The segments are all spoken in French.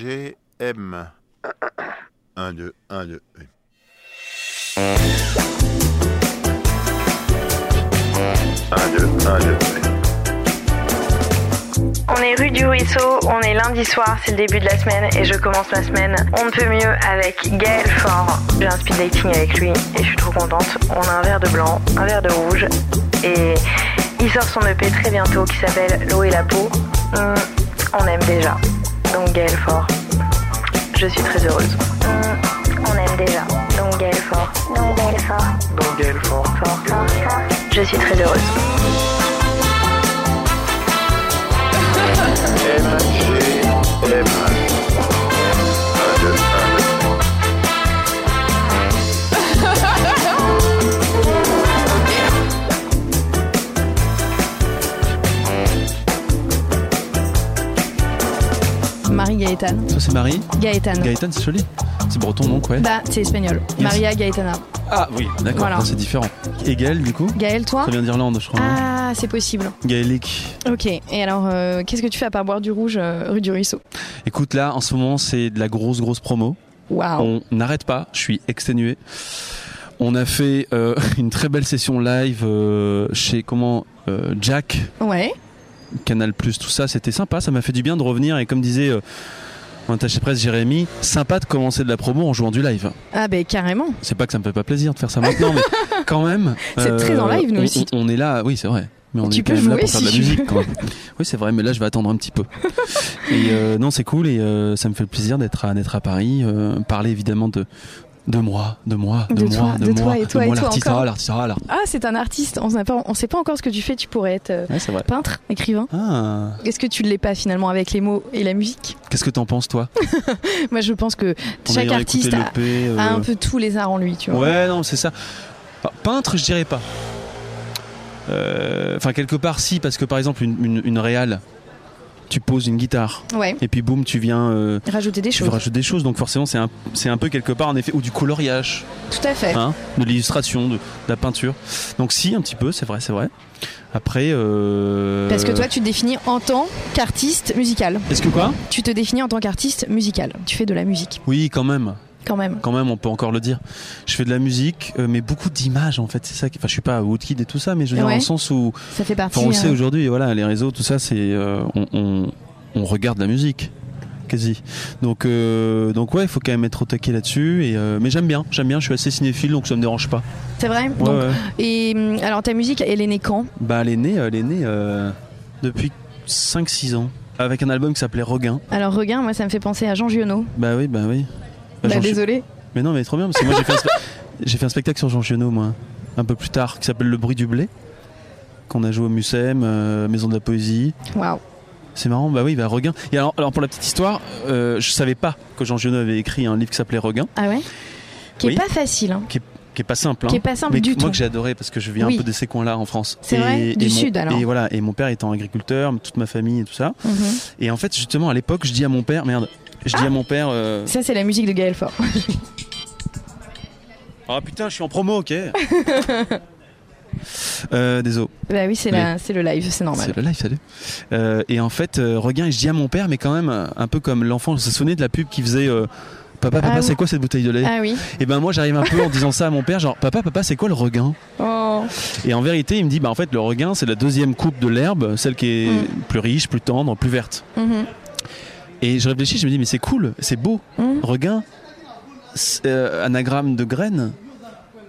MGM. 1, 2, 1, 2. Un, deux, un, deux. On est rue du Ruisseau, on est lundi soir, c'est le début de la semaine et je commence ma semaine. On ne peut mieux avec Gaël Fort. J'ai un speed dating avec lui et je suis trop contente. On a un verre de blanc, un verre de rouge et il sort son EP très bientôt qui s'appelle L'eau et la peau. Hum, on aime déjà. Donc Gaël Fort. Je suis très heureuse. Hum, on aime déjà. Donc Gaël Fort. Donc Gaël Fort. Donc Gaël Fort. Fort. Fort. Fort. Je suis très heureuse. MGM. 1, 2, 1, 2. Marie Gaëtan. Ça c'est Marie. Gaëtan. Gaëtan c'est joli. C'est breton donc ouais. Bah, c'est espagnol. Yes. Maria Gaetana. Ah oui, d'accord, Voilà. non, c'est différent. Et Gaël du coup Gaël, toi Ça vient d'Irlande je crois. hein Ah, c'est possible. Gaélique. Ok. Et alors, euh, qu'est-ce que tu fais à part boire du rouge euh, rue du Ruisseau Écoute là en ce moment c'est de la grosse grosse promo. Waouh. On n'arrête pas, je suis exténué. On a fait euh, une très belle session live euh, chez comment euh, Jack, Ouais. Canal Plus, tout ça, c'était sympa, ça m'a fait du bien de revenir et comme disait euh, mon attaché presse Jérémy, sympa de commencer de la promo en jouant du live. Ah, ben carrément. C'est pas que ça me fait pas plaisir de faire ça maintenant, mais quand même. euh, C'est très en live, nous on- aussi. On, on est là, oui, c'est vrai. Mais on Tu est quand peux même là jouer pour faire de la si tu musique veux. quand même. Oui, c'est vrai, mais là, je vais attendre un petit peu. et euh, non, c'est cool et euh, ça me fait le plaisir d'être à, d'être à Paris, euh, parler évidemment de. De moi, de moi, de, De moi, toi, de toi moi, et toi de et moi, toi l'artiste, encore. ah, l'artiste, ah, l'artiste. Ah, c'est un artiste. On sait pas, on sait pas encore ce que tu fais. Tu pourrais être euh, Ouais, c'est vrai. peintre, écrivain. Ah, Est-ce que tu ne l'es pas finalement avec les mots et la musique qu'est-ce que t'en penses, toi Moi, je pense que En chaque ayant artiste écouté a, l'EP, euh, a un peu tous les arts en lui, tu vois. Ouais, non, c'est ça. Enfin, Peintre, je dirais pas. Euh, Enfin, quelque part, si, parce que par exemple, une, une, une réale, tu poses une guitare, Ouais. et puis boum, tu viens. euh, Rajouter des tu choses. rajoutes des choses, donc forcément, c'est un, c'est un peu quelque part, en effet, ou du coloriage, Tout à fait. hein, de l'illustration, de, de la peinture. Donc, si, un petit peu, c'est vrai, c'est vrai. Après. euh, Parce que toi, tu te définis en tant qu'artiste musical. Est-ce que quoi Tu te définis en tant qu'artiste musical. Tu fais de la musique, Oui, quand même. quand même. quand même, on peut encore le dire. Je fais de la musique, euh, mais beaucoup d'images en fait. C'est ça. Qui... Enfin, je suis pas Woodkid et tout ça, mais je veux dire Ouais. dans le sens où Ça fait partie. Enfin, on le euh, sait aujourd'hui, voilà, les réseaux, tout ça, c'est euh, on, on- on regarde la musique, quasi. Donc, euh, donc ouais, il faut quand même être au taquet là-dessus. Et euh, mais j'aime bien, j'aime bien. Je suis assez cinéphile, donc ça me dérange pas. C'est vrai Ouais, Donc, ouais. Et hum, alors ta musique, elle est née quand Bah, elle est née, elle est née euh, depuis 5-6 ans avec un album qui s'appelait Regain. Alors regarde, moi ça me fait penser à Jean Giono. Bah oui, bah oui. Bah, Jean- désolé. Mais non, mais trop bien parce que moi j'ai fait, un spe- j'ai fait un spectacle sur Jean Giono, moi, un peu plus tard, qui s'appelle Le bruit du blé, qu'on a joué au Mucem, euh, Maison de la poésie. Waouh. C'est marrant, bah oui, bah Regain. Et alors, alors pour la petite histoire, euh, je savais pas que Jean Giono avait écrit un livre qui s'appelait Regain, Ah ouais Qui est Oui. pas facile, hein. qui est pas simple, hein, qui est pas simple mais que- du moi tout. que j'ai adoré parce que je viens Oui. un peu de ces coins-là en France. C'est Et- vrai Du et mon- sud, alors. Et voilà, et mon père étant agriculteur, toute ma famille et tout ça. Mhm. Et en fait, justement, à l'époque, je dis à mon père, merde, je dis à mon père, euh, Ça c'est la musique de Gaël Fort. ah putain, je suis en promo, ok. euh, désolé. bah oui, c'est Oui. la- c'est le live, c'est normal. C'est le live, salut. Euh, et en fait, euh, regain, et je dis à mon père, mais quand même, euh, un peu comme l'enfant, ça sonnait de la pub qui faisait euh, Papa, papa, Ah c'est oui. quoi cette bouteille de lait Ah oui. Et ben moi, j'arrive un peu en disant ça à mon père, genre Papa, papa, c'est quoi le regain Oh. Et en vérité, il me dit, bah en fait, le regain, c'est la deuxième coupe de l'herbe, celle qui est Mm. plus riche, plus tendre, plus verte. Mhm. Et je réfléchis, je me dis, mais c'est cool, c'est beau, Mhm. regain, c'est, euh, anagramme de graines.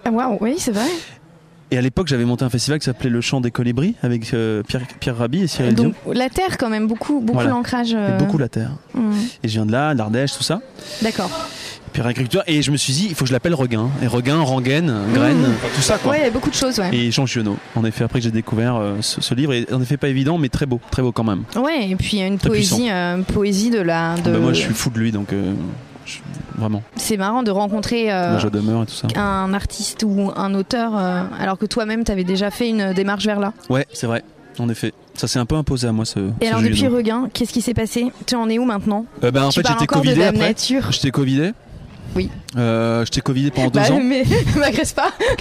Ah, Waouh, oui, c'est vrai. Et à l'époque, j'avais monté un festival qui s'appelait Le Chant des Colibris avec euh, Pierre, Pierre Rabhi et Cyril Dion. Donc la terre quand même beaucoup beaucoup Voilà. l'ancrage Et euh, beaucoup la terre. hum. Et je viens de là, d'Ardèche, tout ça. D'accord. Pierre agriculteur. Et je me suis dit, il faut que je l'appelle Regain. Et Regain, Rangaine, Graine, enfin, tout ça quoi. Mm. Ouais, il y a beaucoup de choses, ouais. Et Jean Giono. En effet, après que j'ai découvert euh, ce, ce livre, et en effet pas évident, mais très beau, très beau quand même. Ouais, et puis il y a une Très poésie euh, une poésie de la de Bah, moi, je suis fou de lui, donc euh, je- vraiment. C'est marrant de rencontrer euh, La joie demeure et tout ça. un artiste ou un auteur euh, alors que toi-même t'avais déjà fait une démarche vers là. Ouais, c'est vrai. En effet, ça s'est un peu imposé à moi ce. Et ce alors Giono. depuis Regain, qu'est-ce qui s'est passé Tu en es où maintenant Euh, bah, en Tu fait, parles j'étais encore de covidé Dame après. Nature J'étais covidé. Oui. Euh, j'étais covidé pendant deux Bah ans. mais m'agresse pas,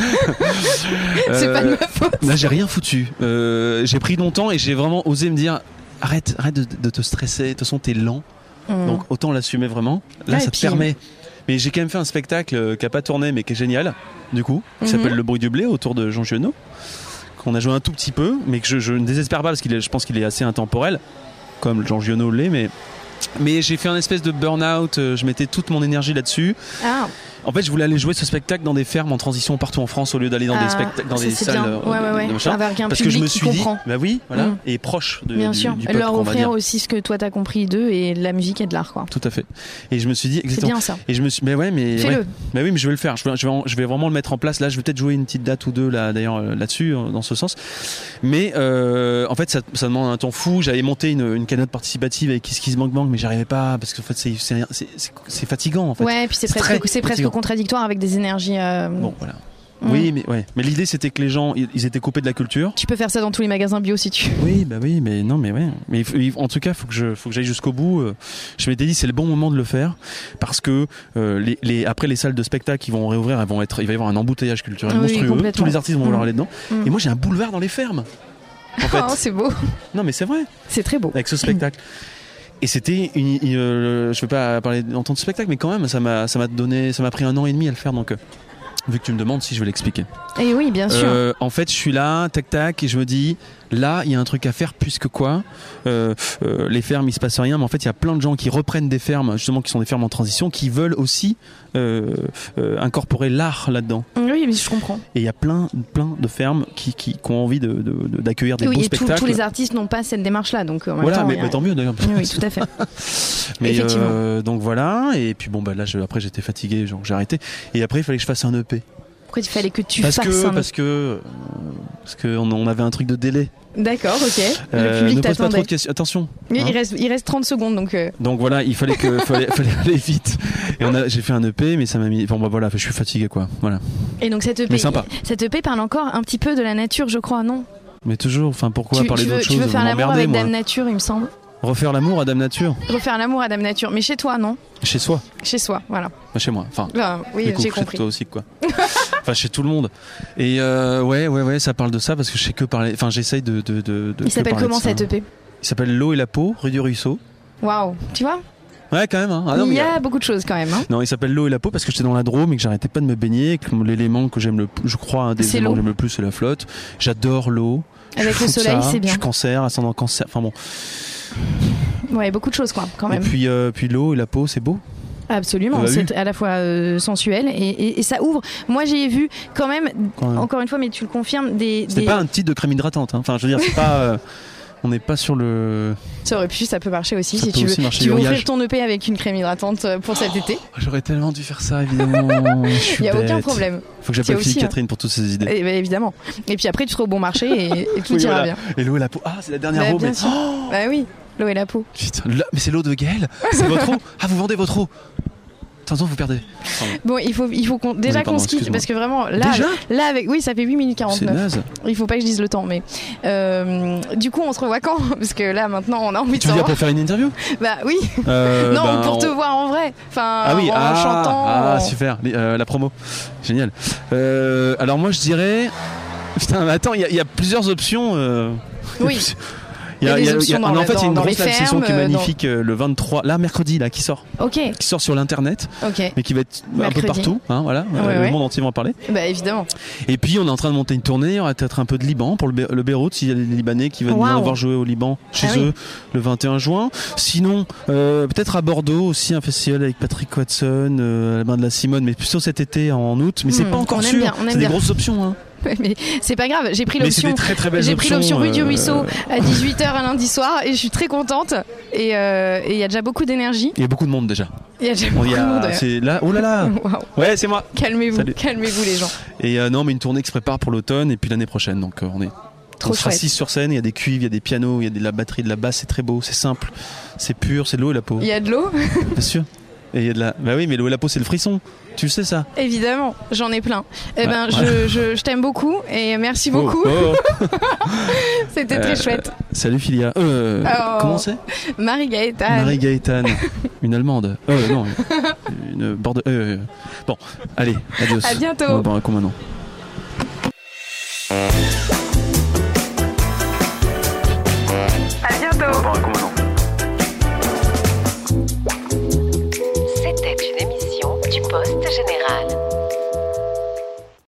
c'est Euh, pas de ma faute. Là, j'ai rien foutu. Euh, j'ai pris mon temps et j'ai vraiment osé me dire arrête, arrête de, de te stresser. De toute façon, t'es lent. Mm. Donc autant l'assumer vraiment. Là, Ouais, et ça te puis- permet. Mais j'ai quand même fait un spectacle euh, qui n'a pas tourné mais qui est génial, du coup, qui Mhm. s'appelle Le bruit du blé autour de Jean Giono, qu'on a joué un tout petit peu, mais que je, je ne désespère pas parce qu'il est- je pense qu'il est assez intemporel, comme Jean Giono l'est, mais. Mais j'ai fait un espèce de burn-out, euh, je mettais toute mon énergie là-dessus. Ah, En fait, je voulais aller jouer ce spectacle dans des fermes en transition partout en France au lieu d'aller dans des ah, spectacles, dans ça, des c'est salles. bien. euh, Ouais, ouais, ouais. de machin. Avec un Parce que public je me qui suis comprend. dit, bah oui, voilà, Mm. et proche de, Bien du, sûr. du peuple, Leur on va offrir dire. aussi ce que toi t'as compris d'eux et de la musique et de l'art, quoi. Tout à fait. Et je me suis dit, C'est exactement. bien ça. Et je me suis, mais ouais, mais ouais. Fais-le. Bah oui, mais je vais le faire. Je vais, je vais, en- je vais vraiment le mettre en place. Là, je vais peut-être jouer une petite date ou deux là, d'ailleurs, euh, là-dessus, euh, dans ce sens. Mais euh, en fait, ça, ça demande un temps fou. J'avais monté une, une cagnotte participative avec Kiss Kiss Bank Bank, mais j'arrivais pas parce que en fait, c'est, c'est, c'est, c'est- c'est fatigant. En fait. Ouais, puis c'est C'est presque, très c'est presque fatigant. contradictoire avec des énergies. euh, Bon, voilà. Mm. Oui, mais ouais. Mais l'idée, c'était que les gens, ils, ils étaient coupés de la culture. Tu peux faire ça dans tous les magasins bio si tu. Oui, bah oui, mais non, mais ouais. Mais il faut- il- en tout cas, faut que je, faut que j'aille jusqu'au bout. euh. Je m'étais dit, c'est le bon moment de le faire parce que euh, les, les- après les salles de spectacle qui vont réouvrir, elles vont être, il va y avoir un embouteillage culturel Ah Oui, monstrueux. complètement. Tous les artistes vont vouloir Mm. aller dedans. Mm. Et moi, j'ai un boulevard dans les fermes. En fait, Oh, c'est beau. non, mais c'est vrai. C'est très beau. Avec ce spectacle. Et c'était une, une- euh, je veux pas parler en tant que spectacle, mais quand même, ça m'a, ça m'a donné, ça m'a pris un an et demi à le faire. Donc, euh, vu que tu me demandes si je vais l'expliquer. Et oui, bien sûr. Euh, en fait, je suis là, tac tac, et je me dis, là, il y a un truc à faire, puisque quoi Euh, euh, Les fermes, il se passe rien, mais en fait, il y a plein de gens qui reprennent des fermes, justement, qui sont des fermes en transition, qui veulent aussi euh, euh, incorporer l'art là-dedans. Oui, mais je comprends. Et il y a plein, plein de fermes qui, qui, qui ont envie de- de- de- d'accueillir de, Et des oui, beaux et tous- spectacles. tous les artistes n'ont pas cette démarche-là, donc. euh, en même voilà, temps, mais il y a- bah, tant mieux d'ailleurs. Oui, oui, tout à fait. Mais Effectivement. euh, donc voilà, et puis bon, bah là, je- après j'étais fatigué, genre j'ai arrêté. Et après, il fallait que je fasse un EP. Pourquoi il fallait que tu parce, fasses que, un. E parce que, euh, parce que, on- on avait un truc de délai. D'accord, ok. Euh, Le public ne pose pas trop t'attendait. de questions. Attention. Oui, Hein il, reste, il reste 30 secondes, donc. euh, Donc voilà, il fallait que fallait, fallait aller vite. Et on a, j'ai fait un EP, mais ça m'a mis. Bon bah voilà, je suis fatigué quoi. Voilà. Et donc cette EP, Mais sympa. cette EP parle encore un petit peu de la nature, je crois, non Mais toujours, enfin pourquoi tu, parler tu veux, d'autre tu chose veux faire Vous l'amour m'emmerdez, avec moi. Dame Nature, il me semble. Refaire l'amour à Dame Nature Refaire l'amour à Dame Nature, mais chez toi, non chez soi, Chez soi, voilà. Enfin, chez moi. Enfin. Ben, oui, du coup, j'ai chez compris. toi aussi quoi. enfin chez tout le monde. Et euh, ouais ouais ouais, ça parle de ça parce que je sais que parler. Enfin j'essaye de de de. de que Il s'appelle parler de comment ça. cette E EP Il s'appelle L'eau et la peau, rue du ruisseau. Waouh, tu vois Ouais quand même. Hein. Ah, non, Il mais y a beaucoup de choses quand même. hein. Non, il s'appelle L'eau et la peau parce que j'étais dans la Drôme et que j'arrêtais pas de me baigner. et que L'élément que j'aime le, je crois, un des C'est éléments l'eau. que j'aime le plus, c'est la flotte. J'adore l'eau. Je Avec suis le fou de soleil, ça. c'est bien. Je suis cancer, ascendant cancer. Enfin bon. Ouais, beaucoup de choses quoi, quand Et même. puis, euh, puis l'eau et la peau, c'est beau. Absolument, Ah bah oui. c'est à la fois euh, sensuel et, et- et ça ouvre. Moi, j'ai vu quand même, Quand même. encore une fois, mais tu le confirmes, des. C'était des- pas un titre de crème hydratante. hein. Enfin, je veux dire, c'est pas. euh, on n'est pas sur le. Ça aurait pu, ça peut marcher aussi Ça si peut tu aussi veux. marcher, Tu veux voyage. Oh, ouvrir ton EP avec une crème hydratante euh, pour cet été. J'aurais tellement dû faire ça, évidemment. Je suis Il n'y a aucun bête. problème. Faut que Il y j'appelle a aussi, Philippe hein. Catherine pour toutes ces idées. Eh ben, évidemment. Et puis après, tu seras au bon marché et, et tout Oui, ira voilà. bien. Et l'eau et la peau. Ah, c'est la dernière Bah, robe. bien mais- sûr. Oh, Bah oui, l'eau et la peau. putain, là- mais c'est l'eau de Gaël C'est votre eau Ah, vous vendez votre eau De temps en temps, vous perdez. Bon, il faut, il faut qu'on- déjà pardon, qu'on se quitte excuse-moi. parce que vraiment, là, Déjà là avec, oui, ça fait 8 minutes C'est 49. naze. Il faut pas que je dise le temps, mais euh, du coup, on se revoit quand Parce que là, maintenant, on a envie de Tu veux dire savoir. pour faire une interview Bah oui, Euh, non, ben, pour te on- voir en vrai. Enfin, Ah oui, en ah, chantant. ah, en- super, Les- euh, la promo, génial. Euh, alors moi je dirais, putain, mais attends, il y, a- il y a plusieurs options. euh. Oui. Il y a, Il y a des il y options a- il y a- dans en la- fait, il y a une dans- dans grosse les live session fermes, qui est euh, dans- magnifique euh, le 23, là mercredi, là qui sort, Ok, qui sort sur l'internet, ok. mais qui va être un peu Mercredi. partout, hein, voilà, euh, Ouais, ouais. le monde entier va en parler. Bah évidemment. Et puis on est en train de monter une tournée, il y aura peut-être un peu de Liban pour le, Bé- le Beyrouth, s'il y a des Libanais qui veulent venir Waouh. voir jouer au Liban chez Ah oui. eux le 21 juin. Sinon, euh, peut-être à Bordeaux aussi un festival avec Patrick Watson, euh, à la main de la Simone, mais plutôt cet été en août. Mais c'est Hmm, pas encore on aime sûr, bien, on aime c'est des bien. grosses options. Hein. Mais c'est pas grave, j'ai pris Mais c'est l'option. des très très belles J'ai options. pris l'option rue du euh, Ruisseau à 18h un lundi soir et je suis très contente. Et euh, et il y a déjà beaucoup d'énergie. Il y a beaucoup de monde déjà. Il y a déjà On beaucoup y de monde. Hmm. a, c'est là, oh là là, Waouh. ouais c'est moi. Calmez-vous, Salut. calmez-vous les gens. Et euh, non, mais une tournée qui se prépare pour l'automne et puis l'année prochaine, donc euh, on est. Trop on sera chouette. six sur scène, il y a des cuivres, il y a des pianos, il y a de la batterie, de la basse, c'est très beau, c'est simple, c'est pur, c'est de l'eau et la peau. Il y a de l'eau, Bien sûr. Et il y a de la. Bah oui, mais l'eau et la peau, c'est le frisson. Tu le sais ça évidemment, j'en ai plein. Eh ben, Ouais. je, je- je t'aime beaucoup et merci beaucoup. Oh, oh. C'était très Euh, chouette. Salut Filia. Euh, Oh. Comment c'est Marie Gaëtan. Marie Gaëtan. Une allemande. Euh, non. Une borde. euh, Bon, allez, adios. À bientôt. On va boire un coup maintenant. À bientôt. est une émission du Poste Général.